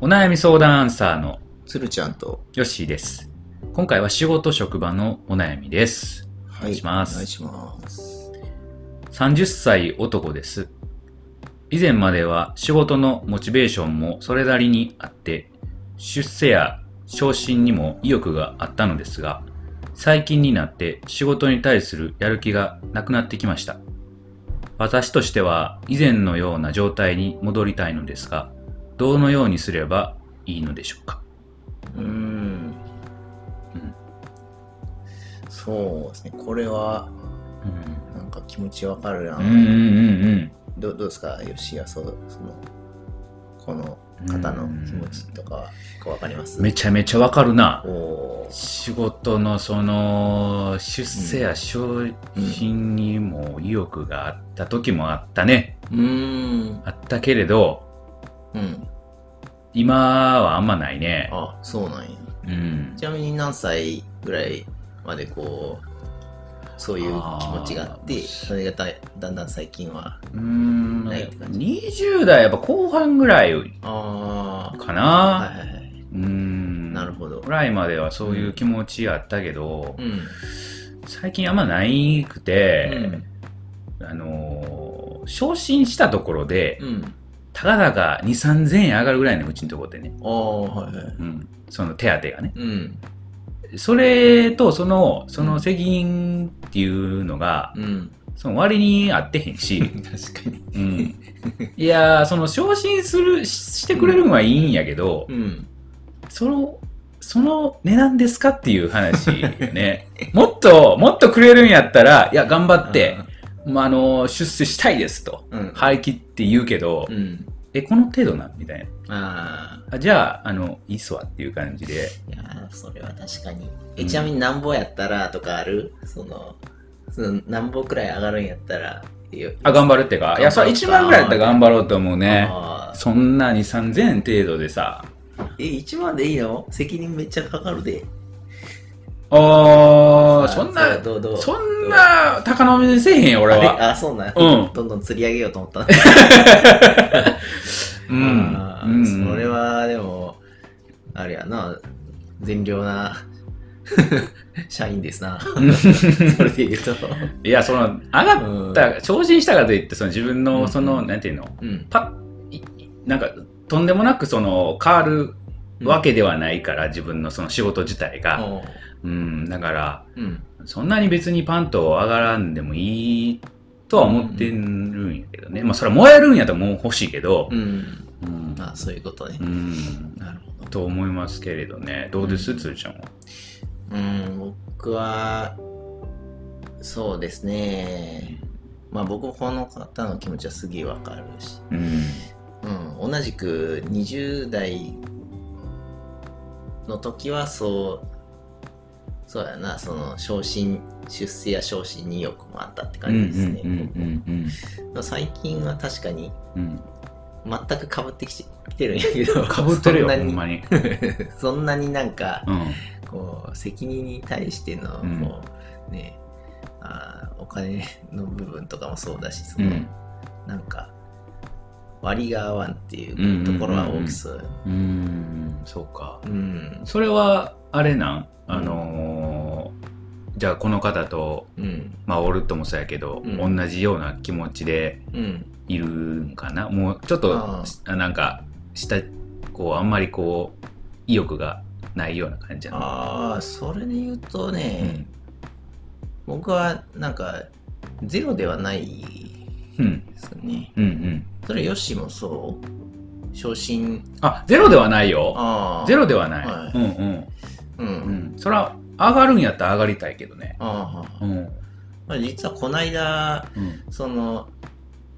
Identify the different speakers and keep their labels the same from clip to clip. Speaker 1: お悩み相談アンサーの
Speaker 2: 鶴ちゃんと。
Speaker 1: ヨッシーです。今回は仕事職場のお悩みです。
Speaker 2: は
Speaker 1: 願
Speaker 2: い。お
Speaker 1: いします
Speaker 2: お願いします。
Speaker 1: 30歳男です。以前までは仕事のモチベーションもそれなりにあって、出世や昇進にも意欲があったのですが、最近になって仕事に対するやる気がなくなってきました。私としては以前のような状態に戻りたいのですが、どのようにすればいいのでしょうか。
Speaker 2: うーん。そうですね。これは、
Speaker 1: うん
Speaker 2: なんか気持ちわかるな。
Speaker 1: うんうんうん
Speaker 2: どどうですか吉谷そうその、この方の気持ちとか、わかりま
Speaker 1: う
Speaker 2: す
Speaker 1: ん。めちゃめちゃわかるな。
Speaker 2: おー
Speaker 1: 仕事のその出世や昇進にも意欲があった時もあったね、
Speaker 2: うーん。
Speaker 1: あったけれど
Speaker 2: うん。
Speaker 1: 今はあんまないね
Speaker 2: あ、そうなんや。
Speaker 1: うん
Speaker 2: ちなみに何歳ぐらいまでこう、そういう気持ちがあっ
Speaker 1: あ
Speaker 2: て、
Speaker 1: ー
Speaker 2: それがだだんだん最近は。
Speaker 1: うーん
Speaker 2: ないって感じ
Speaker 1: 20代やっぱ後半ぐらい
Speaker 2: あ
Speaker 1: か
Speaker 2: あ。
Speaker 1: な、
Speaker 2: はいはいはい。
Speaker 1: うん
Speaker 2: なるほど
Speaker 1: ぐ。らいまではそういう気持ちあったけど、
Speaker 2: うん。
Speaker 1: 最近あんまないくて、あのー昇進したところで、
Speaker 2: うん。うん。
Speaker 1: たかだか2、3000円上がるぐらいのうちのところでね、
Speaker 2: ああ、はいはい。
Speaker 1: うん、その手当がね。
Speaker 2: うん。
Speaker 1: それとその、その責任っていうのが、
Speaker 2: うん。
Speaker 1: その割に合ってへんし、
Speaker 2: 確かに。
Speaker 1: うん、いやー、その昇進する、ししてくれるのはいいんやけど、
Speaker 2: うん。
Speaker 1: その、その値段ですかっていう話よ ね。もっと、もっとくれるんやったら、いや、頑張って、まあ、あの、出世したいですと、
Speaker 2: うん。
Speaker 1: 張り切って言うけど、
Speaker 2: うん。
Speaker 1: え、この程度なんみたいな。
Speaker 2: ああ。
Speaker 1: あじゃあ、あの、いいっすわっていう感じで。
Speaker 2: いやーそれは確かに。え、ちなみになんぼやったらとかあるその、その、なんぼくらい上がるんやったら。よ
Speaker 1: あ、頑張るってか。いや、それ1万ぐらいだったら頑張ろうと思うね。
Speaker 2: あー
Speaker 1: そんなに3000程度でさ。
Speaker 2: え、1万でいいの責任めっちゃかかるで。
Speaker 1: ああ、
Speaker 2: さ
Speaker 1: そんな
Speaker 2: さ、どうどう
Speaker 1: そんな、高飲みせえへんよ、俺
Speaker 2: あれ
Speaker 1: は。
Speaker 2: あ、そうなん、
Speaker 1: うん
Speaker 2: どんどん釣り上げようと思った。
Speaker 1: う
Speaker 2: あー
Speaker 1: ん。
Speaker 2: それ。は、でも、あれやな、善良な 社員ですな。それで言うと。
Speaker 1: いや、その、上がった、昇進したからといって、その自分
Speaker 2: う
Speaker 1: の、
Speaker 2: ん
Speaker 1: その、なんていうの、
Speaker 2: うん。
Speaker 1: パッ、いいなんか、とんでもなく、その、変わるわけではないから、自分のその仕事自体が。
Speaker 2: おう
Speaker 1: うん、だから、
Speaker 2: うん。
Speaker 1: そんなに別にパンと上がらんでもいいとは思ってるんやけどね。まあ、それは燃えるんやったらもう欲しいけど
Speaker 2: う、ん。
Speaker 1: うん。
Speaker 2: まあ、そういうことね
Speaker 1: う。ん。
Speaker 2: なるほど。
Speaker 1: と思いますけれどね。どうです、
Speaker 2: うん
Speaker 1: つるちゃんは。
Speaker 2: うん、僕は、そうですね。まあ、僕もこの方の気持ちはすげえわかるし。
Speaker 1: うん。
Speaker 2: うん、同じく20代の時はそうそうやなその昇進出世や昇進に意欲もあったって
Speaker 1: う
Speaker 2: 感
Speaker 1: ん
Speaker 2: じですね、
Speaker 1: うん
Speaker 2: 最近は確かに
Speaker 1: うんうん。
Speaker 2: 全くかぶってきてきてるんやけど
Speaker 1: かぶってるよ、ほ
Speaker 2: そんなんに
Speaker 1: まに。
Speaker 2: そんなになんか
Speaker 1: うん。
Speaker 2: こう責任に対してのこう、
Speaker 1: うん
Speaker 2: ねあーお金の部分とかもそうだしそうの、
Speaker 1: ん。
Speaker 2: なんか割が合わんっていうところは大きそう、
Speaker 1: うん。そうか。
Speaker 2: うん
Speaker 1: それは、あれなんあのー、じゃあこの方と、
Speaker 2: うん
Speaker 1: まあ、おるともそうやけど、
Speaker 2: うん
Speaker 1: 同じような気持ちで
Speaker 2: うん
Speaker 1: いるんかなもう、ちょっと、
Speaker 2: あ
Speaker 1: あなんか、した、こう、あんまりこう、意欲がないような感じやな。
Speaker 2: ああそれで言うと
Speaker 1: う
Speaker 2: ね
Speaker 1: ん、。
Speaker 2: 僕はなんかゼロではない
Speaker 1: うん。
Speaker 2: ですね
Speaker 1: うんうん。
Speaker 2: それヨッシーもそう昇進
Speaker 1: あ、ゼロではないよ。
Speaker 2: ああ
Speaker 1: ゼロではない。
Speaker 2: は
Speaker 1: う
Speaker 2: い
Speaker 1: んうん。
Speaker 2: うん、
Speaker 1: うん。そら、上がるんやったら上がりたいけどね。
Speaker 2: ああ、
Speaker 1: うん。
Speaker 2: まあ、実はこの間
Speaker 1: うん。
Speaker 2: その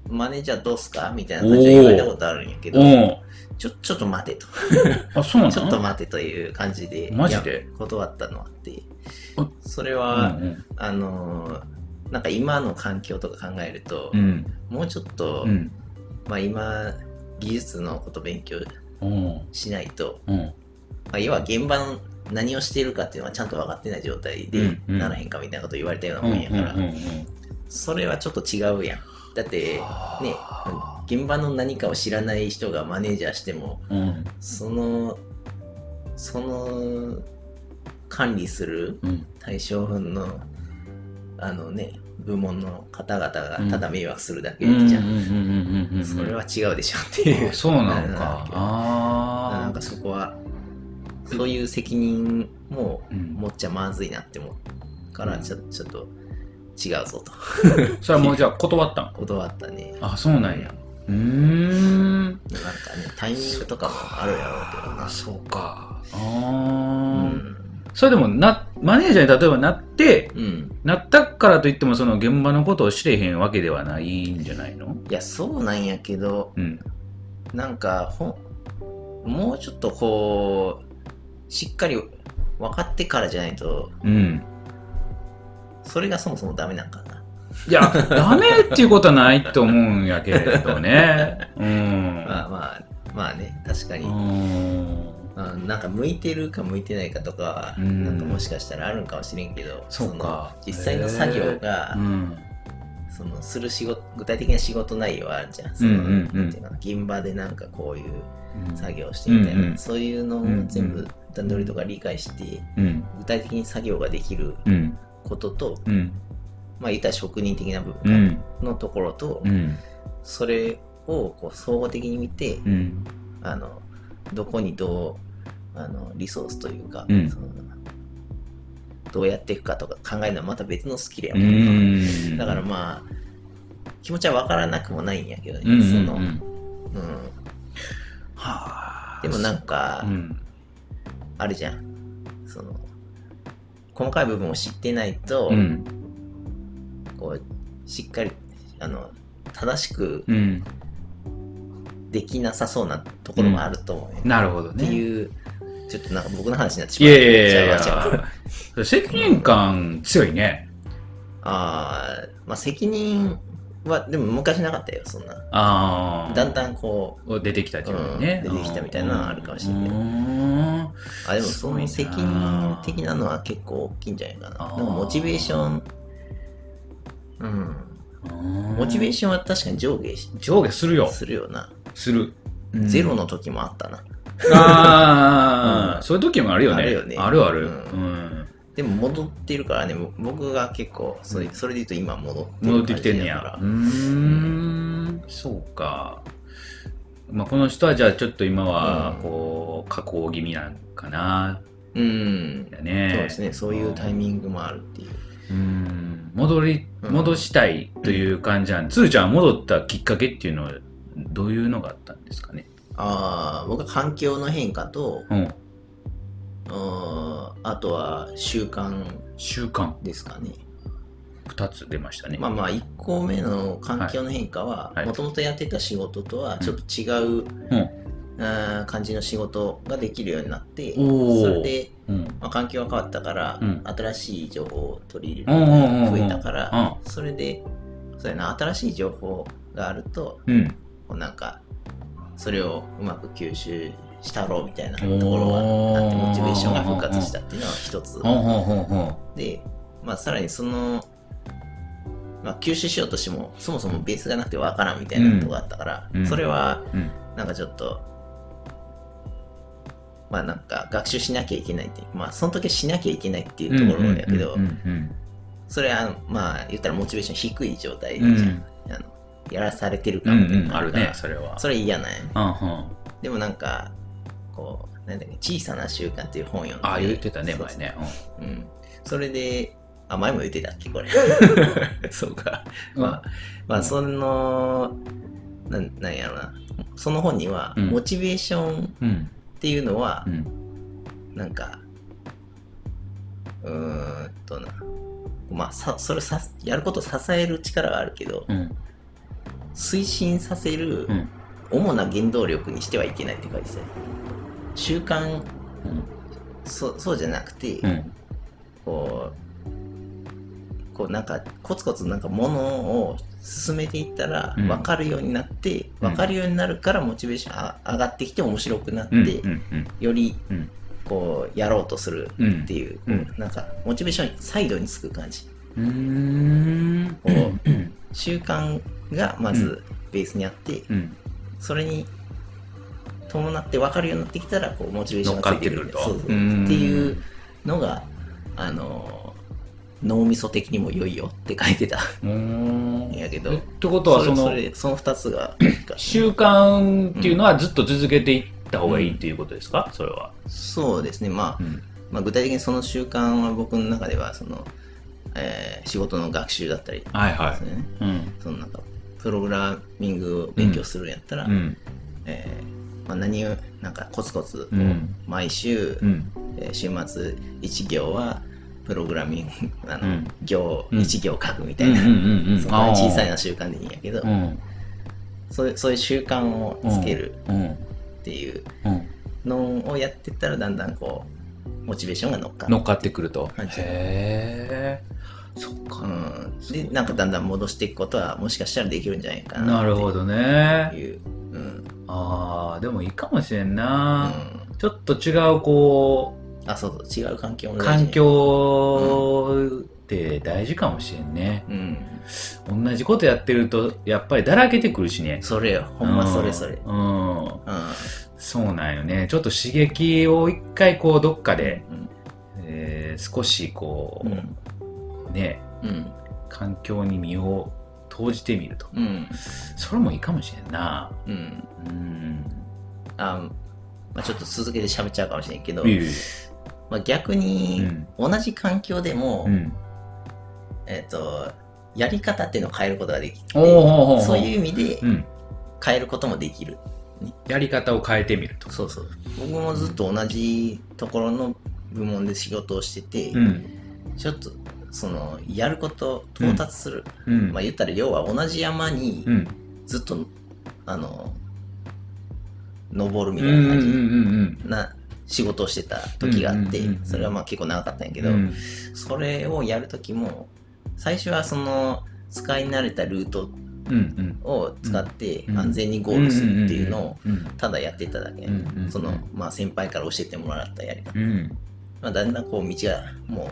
Speaker 2: マネージャーどうすかみたいな感じで言われたことあるんやけど
Speaker 1: おう
Speaker 2: ちょちょっと待てと
Speaker 1: あ、そうなの
Speaker 2: ちょっと待てという感じで
Speaker 1: マジで
Speaker 2: いや断ったのあって
Speaker 1: あ
Speaker 2: それ
Speaker 1: う
Speaker 2: は、
Speaker 1: ん
Speaker 2: あのーなんか今の環境とか考えると
Speaker 1: う、ん。
Speaker 2: もうちょっと、
Speaker 1: うん。
Speaker 2: まあ、今技術のこと勉強
Speaker 1: うん。
Speaker 2: しないと、
Speaker 1: うん。
Speaker 2: まあ、要は現場の何をしているかっていうのはちゃんと分かってない状態で
Speaker 1: うんうん
Speaker 2: ならへんかみたいなこと言われたような
Speaker 1: うん。うん。うん。
Speaker 2: もんやから、
Speaker 1: うん。
Speaker 2: それはちょっと違うやんだってね現場の何かを知らない人がマネージャーしても
Speaker 1: うん。
Speaker 2: そのその管理する
Speaker 1: うん。
Speaker 2: 対象のあのね部門の方々がただ迷惑するだけじゃん、
Speaker 1: うん
Speaker 2: それは違うでしょっていう
Speaker 1: あそうな のか。
Speaker 2: あ
Speaker 1: ああ。
Speaker 2: なんかそこはそういう責任も
Speaker 1: うん
Speaker 2: 持っちゃまずいなって思うからちょちょっと違うぞと
Speaker 1: それはもうじゃあ断ったの
Speaker 2: 断ったね
Speaker 1: あ、そうなんや。うーん。
Speaker 2: なんかねタイミングとかもあるやろうけどな
Speaker 1: そうか。あ
Speaker 2: う
Speaker 1: あ。
Speaker 2: ん
Speaker 1: それでもな、マネージャーに例えばなって、
Speaker 2: うん
Speaker 1: なったからといってもその現場のことを知れへんわけではないんじゃないの
Speaker 2: いやそうなんやけど
Speaker 1: うん。
Speaker 2: なんかほんもうちょっとこうしっかり分かってからじゃないと
Speaker 1: うん。
Speaker 2: それがそもそもダメなんかない
Speaker 1: や、 ダメっていうことはないと思うんやけれど ね。うん。
Speaker 2: まあまあまあね確かに
Speaker 1: うん
Speaker 2: うんなんか向いてるか向いてないかとかは
Speaker 1: うん
Speaker 2: なんかもしかしたらあるんかもしれんけど
Speaker 1: そうか
Speaker 2: その実際の作業が、
Speaker 1: うん。
Speaker 2: そのする仕事具体的な仕事内容はあるじゃんそ
Speaker 1: うん
Speaker 2: の
Speaker 1: うんうん
Speaker 2: なんていうかな現場でなんかこういう作業して
Speaker 1: うん
Speaker 2: みたいな、
Speaker 1: うんうん
Speaker 2: そういうの
Speaker 1: うんう
Speaker 2: を
Speaker 1: ん
Speaker 2: 全部段取りとか理解して
Speaker 1: うん。
Speaker 2: 具体的に作業ができる
Speaker 1: うん。
Speaker 2: ことと
Speaker 1: うん。
Speaker 2: まあ言ったら職人的な部
Speaker 1: う
Speaker 2: 分
Speaker 1: ん。
Speaker 2: のところと、
Speaker 1: うん。
Speaker 2: それをこう総合的に見て、
Speaker 1: うん。
Speaker 2: あのどこにどうあのリソースというか、
Speaker 1: うん
Speaker 2: そのどうやっていくかとか考えるのはまた別のスキルや
Speaker 1: う
Speaker 2: もん
Speaker 1: ん。
Speaker 2: だからまあ気持ちは分からなくもないんやけどね、
Speaker 1: うん、うん。
Speaker 2: その、
Speaker 1: う
Speaker 2: うんん、
Speaker 1: はあ。
Speaker 2: でもなんか、
Speaker 1: うん。
Speaker 2: あるじゃんその細かい部分を知ってないと、
Speaker 1: うん。
Speaker 2: こうしっかりあの正しく
Speaker 1: うん。
Speaker 2: できなさそうなところもあると思うね、
Speaker 1: なるほど
Speaker 2: って
Speaker 1: ね。
Speaker 2: いうちょっとなんか僕の話になってし
Speaker 1: い
Speaker 2: まう
Speaker 1: やいやいやい
Speaker 2: ちゃうわちゃうわ
Speaker 1: や。責任感強いね。
Speaker 2: ああ、まあ責任は、でも昔なかったよ、そんな。
Speaker 1: ああ。
Speaker 2: だんだんこ
Speaker 1: 出てきたっていうのね、
Speaker 2: うん出てきたみたいなのはあるかもしれないう
Speaker 1: ーん
Speaker 2: う、あ、でもその
Speaker 1: すご
Speaker 2: 責
Speaker 1: いな
Speaker 2: 任的なのは結構大きいんじゃないかな。
Speaker 1: あー
Speaker 2: なんかモチベーション、うん。モチベーションは確かに上下し
Speaker 1: 上下するよ
Speaker 2: するよな。
Speaker 1: する、うん
Speaker 2: ゼロの時もあったな。
Speaker 1: ああ、
Speaker 2: うん
Speaker 1: そういう時もあるよね
Speaker 2: あるよね
Speaker 1: あるある、う
Speaker 2: うん
Speaker 1: ん
Speaker 2: でも戻ってるからね、ぼ僕が結構、それそれで言うと今戻ってる
Speaker 1: 戻ってきてんねや
Speaker 2: 感
Speaker 1: うー
Speaker 2: じだか
Speaker 1: んそうか、まあ、この人はじゃあちょっと今は
Speaker 2: うん
Speaker 1: こう加工気味なんかな
Speaker 2: ら。うん。
Speaker 1: だね
Speaker 2: そうですね、そういうタイ
Speaker 1: ン
Speaker 2: ミングもあるっていう。
Speaker 1: グうん戻り
Speaker 2: うん
Speaker 1: 戻したいという感じなんつーちゃんは戻ったきっかけっていうのはどういうのがあったんですかね
Speaker 2: ああ、僕は環境の変化と、
Speaker 1: うん
Speaker 2: あーあとは習慣
Speaker 1: 習慣
Speaker 2: ですかね。
Speaker 1: 2つ出ましたね
Speaker 2: まあまあ1個目の環境の変化は
Speaker 1: はい
Speaker 2: もともとやってた仕事とはちょっと違う、あー感じの仕事ができるようになって
Speaker 1: おー
Speaker 2: それで、
Speaker 1: うん
Speaker 2: まあ、環境が変わったから、
Speaker 1: うん
Speaker 2: 新しい情報を取り入
Speaker 1: う
Speaker 2: れ
Speaker 1: ん
Speaker 2: る
Speaker 1: うんうんうん
Speaker 2: 増えたからそれでそうやな新しい情報があると
Speaker 1: うん
Speaker 2: こうなんかそれをうまく吸収したろうみたいなと
Speaker 1: おー
Speaker 2: ころがあってモチベーションが復活したっていうのは一
Speaker 1: ほ
Speaker 2: つ。
Speaker 1: うほうほうほ
Speaker 2: で、まあ、さらにその、まあ、吸収しようとしてもそもそもベースがなくてわからんみたいなことがあったから、
Speaker 1: うんうん
Speaker 2: それは
Speaker 1: ううん
Speaker 2: なんかちょっとまあなんか学習しなきゃいけないってまあその時はしなきゃいけないっていうところだけど、
Speaker 1: うんうん
Speaker 2: それはまあ言ったらモチベーション低い状態
Speaker 1: う
Speaker 2: じゃ
Speaker 1: ん
Speaker 2: ん、
Speaker 1: うん
Speaker 2: あのやらされてる
Speaker 1: う
Speaker 2: 感
Speaker 1: ん
Speaker 2: みたい
Speaker 1: うん
Speaker 2: な
Speaker 1: あ
Speaker 2: の
Speaker 1: る
Speaker 2: が
Speaker 1: ねそれは
Speaker 2: それ嫌なんやね
Speaker 1: うんうん
Speaker 2: でもなんかこうなんだっけ小さな習慣っていう本読んで
Speaker 1: ああ言ってたね
Speaker 2: そう
Speaker 1: 前ね
Speaker 2: うん、それで、あ、前も言ってたっ け、これ。 そうか。
Speaker 1: うん
Speaker 2: まあ、ま
Speaker 1: うん
Speaker 2: あ、その、なんなんやろな。その本には、
Speaker 1: うん
Speaker 2: モチベーションっ
Speaker 1: うん
Speaker 2: ていうのは
Speaker 1: う、ん
Speaker 2: なんか、うーんとな。まあ、さそれさやることを支える力があるけど、
Speaker 1: うん
Speaker 2: 推進させる
Speaker 1: うん
Speaker 2: 主な原動力にしてはいけないって書いてたよ習慣そそうじゃなくて、
Speaker 1: うん
Speaker 2: こう、こうなんかコツコツなんかものを進めていったら
Speaker 1: うん
Speaker 2: 分かるようになって、
Speaker 1: うん
Speaker 2: 分かるようになるからモチベーションあ上がってきて面白くなって、
Speaker 1: うんうんうん
Speaker 2: より
Speaker 1: うん
Speaker 2: こうやろうとする
Speaker 1: うん
Speaker 2: っていう、
Speaker 1: うん
Speaker 2: こうなんかモチベーションサイドにつく感じ。
Speaker 1: うーん
Speaker 2: こう
Speaker 1: うん
Speaker 2: 習慣がまずベースにあって、
Speaker 1: うん。
Speaker 2: それに伴って分かるようになってきたらこうモチベーションがついてくるんで
Speaker 1: 乗っか
Speaker 2: そ
Speaker 1: っ
Speaker 2: う
Speaker 1: て
Speaker 2: そ
Speaker 1: くると
Speaker 2: うって
Speaker 1: うん
Speaker 2: いうのがあの脳みそ的にも良いよって書いてた
Speaker 1: うーん。
Speaker 2: んやけど
Speaker 1: えってことは、その
Speaker 2: そ、れその2 つが
Speaker 1: 習慣っていうのはずっと続けていった方がいいっていうことですか、それは。
Speaker 2: そうですね、まあ
Speaker 1: うん。
Speaker 2: まあ、具体的にその習慣は僕の中ではその、えー仕事の学習だったりで
Speaker 1: はいは
Speaker 2: すね、
Speaker 1: い。うん。
Speaker 2: そのなんかプログラミングを勉強するんやったら、
Speaker 1: うん。
Speaker 2: えーまあ、何をなんかコツコツ
Speaker 1: うん
Speaker 2: 毎週、
Speaker 1: うん。
Speaker 2: えー週末1行はプログラミングあの、
Speaker 1: うん
Speaker 2: 行
Speaker 1: うん
Speaker 2: 1行書くみ
Speaker 1: う
Speaker 2: た
Speaker 1: ん
Speaker 2: い
Speaker 1: うん
Speaker 2: な、
Speaker 1: うんうん。
Speaker 2: そこは小さい
Speaker 1: な。
Speaker 2: な習慣でいいんやけど、
Speaker 1: うん。
Speaker 2: そういうそういう習慣をつける
Speaker 1: うん。
Speaker 2: っていう
Speaker 1: うん。
Speaker 2: のをやってったらだんだんこうモチベーションが乗っかる
Speaker 1: 乗っかってくると。
Speaker 2: はい
Speaker 1: へえ。そっか。
Speaker 2: うん、でなんかだんだん戻していくことはもしかしたらできるんじゃないかな
Speaker 1: なるほどね
Speaker 2: っ。ていう、うん
Speaker 1: ああ、でもいいかもしれん
Speaker 2: う
Speaker 1: な。
Speaker 2: ん、
Speaker 1: ちょっと違う、こ
Speaker 2: あそうそう違う環境
Speaker 1: う、
Speaker 2: も大事
Speaker 1: 環、境って大事かもしれんね。
Speaker 2: うん、
Speaker 1: 同じことやってると、やっぱりだらけてくるしね。
Speaker 2: それよほんまそれそれ、
Speaker 1: うん。うん
Speaker 2: う
Speaker 1: そうなんよね。ちょっと刺激を一回、こう、どっかで、
Speaker 2: ん
Speaker 1: えー少し、こ
Speaker 2: うんうん
Speaker 1: う、ね、
Speaker 2: うん
Speaker 1: 環境に身を投じてみると。
Speaker 2: うん
Speaker 1: それもいいかもしれんな。
Speaker 2: うん
Speaker 1: うん。
Speaker 2: あまあ、ちょっと続けて喋っちゃうかもしれんけど、
Speaker 1: いい
Speaker 2: まあ、逆に
Speaker 1: うん
Speaker 2: 同じ環境でも、
Speaker 1: うん。
Speaker 2: えっとやり方っていうのを変えることができて
Speaker 1: おーおーおー
Speaker 2: そういう意味で
Speaker 1: うん。
Speaker 2: 変えることもできる、
Speaker 1: やり方を変えてみると。
Speaker 2: そうそう僕もずっと同じところの部門で仕事をしてて、
Speaker 1: うん。
Speaker 2: ちょっとそのやること到達する、
Speaker 1: うん。
Speaker 2: まあ言ったら要は同じ山に
Speaker 1: うん。
Speaker 2: ずっと、あの登るみ
Speaker 1: うん
Speaker 2: た
Speaker 1: うんう
Speaker 2: いな
Speaker 1: ん
Speaker 2: 感じ、
Speaker 1: うん
Speaker 2: な仕事をしてた時があって、
Speaker 1: うんうんうんうん
Speaker 2: それはまあ結構長かったんやけ
Speaker 1: う
Speaker 2: ど、
Speaker 1: ん。
Speaker 2: それをやる時も最初はその使い慣れたルート
Speaker 1: うん
Speaker 2: を使って
Speaker 1: うん
Speaker 2: 安全にゴ
Speaker 1: う
Speaker 2: ー
Speaker 1: ん。
Speaker 2: ルするっていうのを
Speaker 1: うん。
Speaker 2: ただやってただけ、
Speaker 1: うんうんうん
Speaker 2: その、まあ、先輩から教えてもらったやり方、
Speaker 1: うん。
Speaker 2: まあ、だんだんこう道がもう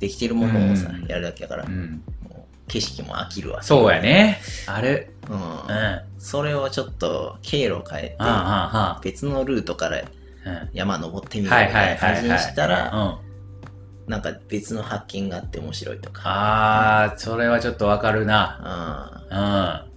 Speaker 2: できてるものをさ、
Speaker 1: うん
Speaker 2: やるだけだから、
Speaker 1: うん。
Speaker 2: もう景色も飽きるわ
Speaker 1: そうや、ね。あれ。
Speaker 2: うん
Speaker 1: うん。あ
Speaker 2: それをちょっと経路を変えて
Speaker 1: あ、は
Speaker 2: 別のルートから
Speaker 1: あ、は
Speaker 2: 山登ってみ
Speaker 1: い。
Speaker 2: るみ
Speaker 1: はいは
Speaker 2: た
Speaker 1: い
Speaker 2: いな
Speaker 1: はい。
Speaker 2: 感じにしたら、
Speaker 1: うん。
Speaker 2: なんか別の発見があって面白いとか。
Speaker 1: ああ、それはちょっとわかるな。
Speaker 2: あ
Speaker 1: うん。
Speaker 2: ー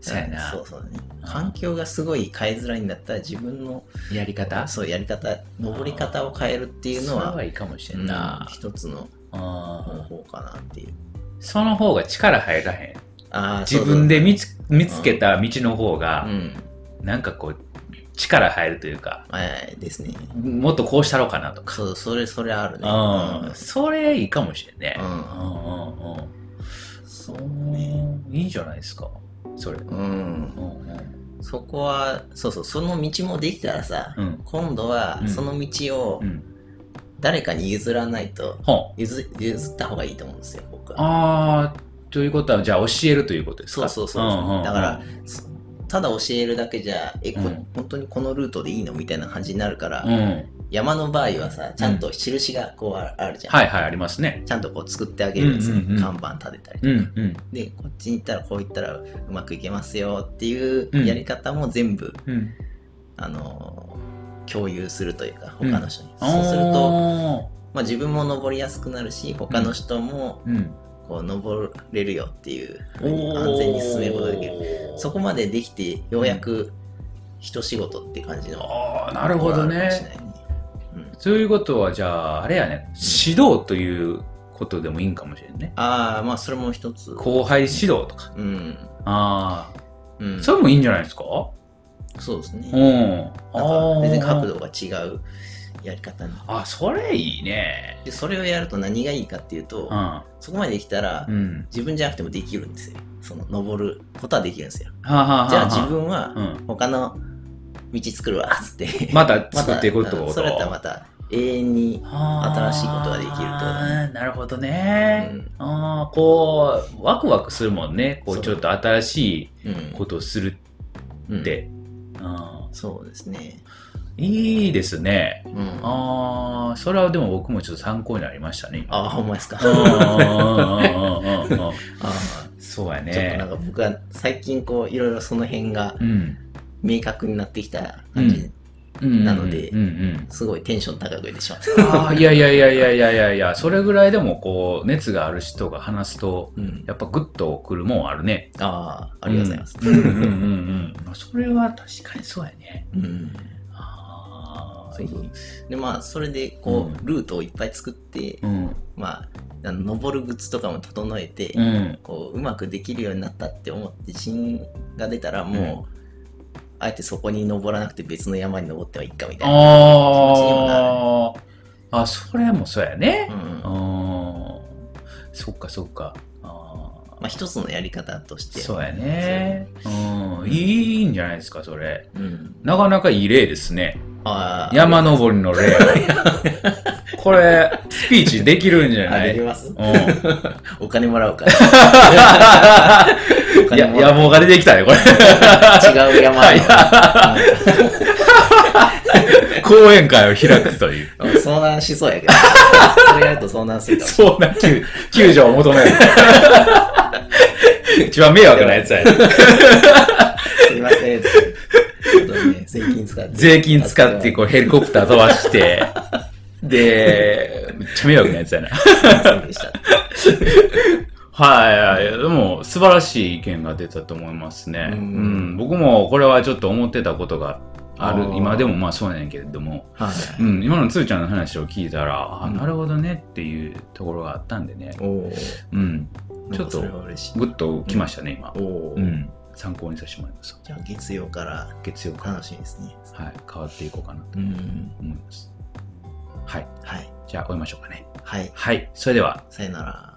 Speaker 1: そうやな
Speaker 2: そ。うそうだね。環境がすごい変えづらいんだったら自分の
Speaker 1: やり方
Speaker 2: そうやり方、登り方を変えるっていうの
Speaker 1: それ
Speaker 2: は、
Speaker 1: はいいかもしれ
Speaker 2: うん
Speaker 1: んな。
Speaker 2: 一つの
Speaker 1: う
Speaker 2: 方
Speaker 1: ん。
Speaker 2: 法かなっていう。
Speaker 1: その方が力入らへん。
Speaker 2: あー
Speaker 1: 自分で見つ見つけた道の方
Speaker 2: そう
Speaker 1: が
Speaker 2: だ、ね
Speaker 1: なんかこう、力入るというか、
Speaker 2: うん。はい、ですね。
Speaker 1: もっとこうしたろうかなとか。
Speaker 2: そう、それ、それあるね。
Speaker 1: うん、
Speaker 2: う
Speaker 1: それいいかもしれんね。
Speaker 2: う
Speaker 1: うんんうんうん
Speaker 2: んそうね。
Speaker 1: いいじゃないですか、それ。
Speaker 2: う。
Speaker 1: うんんうん
Speaker 2: そこは、そうそう、その道もできたらさ、
Speaker 1: うん
Speaker 2: 今度は
Speaker 1: うん
Speaker 2: その道を
Speaker 1: うん。
Speaker 2: 誰かに譲らないと、
Speaker 1: ほん。
Speaker 2: 譲譲った方がいいと思うんですよ、僕は。
Speaker 1: あー、ということは、じゃあ教えるということです
Speaker 2: そう
Speaker 1: か
Speaker 2: そうそう。だから、、そただ教えるだけじゃ、え、こ
Speaker 1: うん
Speaker 2: 本当にこのルートでいいのみたいな感じになるから、
Speaker 1: うんうん。
Speaker 2: 山の場合はさ、ちゃんと印がこうああるじゃん。
Speaker 1: はいはい、ありますね。
Speaker 2: ちゃんとこう作ってあげるんですよ
Speaker 1: うんうんうん
Speaker 2: 看板立てたりと
Speaker 1: うん
Speaker 2: か、
Speaker 1: うん
Speaker 2: で、こっちに行ったらこう行ったらうまくいけますよっていう
Speaker 1: うん
Speaker 2: やり方も全部、
Speaker 1: うん。
Speaker 2: あのー共有するというか、
Speaker 1: うん
Speaker 2: 他の人に。そうすると、
Speaker 1: と、
Speaker 2: まあ、自分も登りやすくなるし、他の人も
Speaker 1: うん。
Speaker 2: こう登れるよっていう風に安全に進めることができる。
Speaker 1: る
Speaker 2: そこまでできて、ようやく一仕事って感じの。
Speaker 1: ああ、なるほど
Speaker 2: あるかもしれな
Speaker 1: ね。
Speaker 2: いうん
Speaker 1: そういうことは、じゃあ、あれやね、指導ということでもいいんかもしれんね。
Speaker 2: ああ、まあ、それも一つ。
Speaker 1: 後輩指導とか。
Speaker 2: うん。
Speaker 1: あ
Speaker 2: う
Speaker 1: あ、
Speaker 2: ん。
Speaker 1: それもいいんじゃないですか
Speaker 2: そうです
Speaker 1: う
Speaker 2: ね。
Speaker 1: ん。
Speaker 2: なんか全然角
Speaker 1: 度。
Speaker 2: 度が違うやり方に。
Speaker 1: あ、それいいね。
Speaker 2: で、それをやると何がいいかっていうと
Speaker 1: う、ん。
Speaker 2: そこまでできたら
Speaker 1: う、ん。
Speaker 2: 自分じゃなくてもできるんですよ。その、登ることはできるんですよ。
Speaker 1: はあ、はあはは
Speaker 2: じゃあ自。分は
Speaker 1: うん。
Speaker 2: 他の道作るわ、つって。
Speaker 1: また作っていくってこ
Speaker 2: また
Speaker 1: と
Speaker 2: それだったらまた永遠に。
Speaker 1: はあ
Speaker 2: 新しいことができるってことだ
Speaker 1: なるほどね。
Speaker 2: うん
Speaker 1: ああ、こう、ワクワクするもんね。こ
Speaker 2: そう
Speaker 1: う、ちょっと新しい
Speaker 2: うん
Speaker 1: ことをする
Speaker 2: うん
Speaker 1: って。うん
Speaker 2: そうですね。
Speaker 1: いいですね。
Speaker 2: うん
Speaker 1: ああ、それはでも僕もちょっと参考になりましたね。今
Speaker 2: あ、ほんまですか。
Speaker 1: うんうんうんうんうんうんうん
Speaker 2: あ
Speaker 1: そうや
Speaker 2: ちょっとなん
Speaker 1: ね。
Speaker 2: か僕は最近こういろいろその辺が
Speaker 1: うん。
Speaker 2: 明確になってきた感じ、
Speaker 1: うん
Speaker 2: なので
Speaker 1: うんうん。
Speaker 2: すごいテンション高くでしまっ
Speaker 1: ああ、いやいやいやいやいやいやいや、それぐらいでもこう、熱がある人が話すと、
Speaker 2: た。うん、
Speaker 1: やっぱグッとくるもんあるね。
Speaker 2: ああ、ありがとうございます。
Speaker 1: うんうんうんうんまあ。それは確かにそうやね。
Speaker 2: うん
Speaker 1: ああ、
Speaker 2: そうそうでまあそれでこう、ルートをいっぱい作って、
Speaker 1: うん。
Speaker 2: まああの登る靴とかも整えて、
Speaker 1: うん。
Speaker 2: こううまくできるようになったって思って自信が出たらもう、あえてそこに登らなくて別の山に登ってはいいかみたいな。
Speaker 1: ああ。あ、それもそうやね
Speaker 2: う。ん
Speaker 1: う
Speaker 2: ま
Speaker 1: ん。そっかそっか。ああ。
Speaker 2: あ、一つのやり方として
Speaker 1: そうやね。うん。いいんじゃないですか、それ。
Speaker 2: うん、
Speaker 1: なかなかいい例ですね。
Speaker 2: あー
Speaker 1: 山登りの例。 これ、スピーチできるんじゃ
Speaker 2: あ
Speaker 1: な
Speaker 2: でき
Speaker 1: い
Speaker 2: ます
Speaker 1: うん。
Speaker 2: お金もらうからお
Speaker 1: い
Speaker 2: 金
Speaker 1: や、
Speaker 2: もらう
Speaker 1: 野望が出てきたね、これ。
Speaker 2: 違う山に
Speaker 1: 講演会を開くという。
Speaker 2: うん遭難しそうや けどそれやると遭難するかもし
Speaker 1: そうな救、救助を求 める。一番迷惑なやつやね。
Speaker 2: れないすいませんちょっとね税金使って
Speaker 1: 税金使って、こう、ヘリコプター飛ばして、で、めっちゃ迷惑なやつやな。
Speaker 2: すいませんでした
Speaker 1: はいはい、でも素晴らしい意見が出たと思いますね。う
Speaker 2: うんん、
Speaker 1: 僕もこれはちょっと思ってたことがある
Speaker 2: あー
Speaker 1: 今でもまあそうやねんけれども、
Speaker 2: は
Speaker 1: う
Speaker 2: い
Speaker 1: ん、今のつーちゃんの話を聞いたら、あ
Speaker 2: うん
Speaker 1: なるほどねっていうところがあったんでね、
Speaker 2: お
Speaker 1: うん、
Speaker 2: ち
Speaker 1: ちょ
Speaker 2: ょ
Speaker 1: っと
Speaker 2: っとそれは嬉しい
Speaker 1: グッときましたね今
Speaker 2: お、お、
Speaker 1: うん、参考にさせてもらいます
Speaker 2: じゃあ月曜から
Speaker 1: 月曜から、
Speaker 2: 楽しみですね
Speaker 1: はい、変わっていこうかなと
Speaker 2: うん
Speaker 1: 思いますはい
Speaker 2: はい
Speaker 1: じゃあ終えましょうかね
Speaker 2: はい
Speaker 1: はいそれでは
Speaker 2: さよなら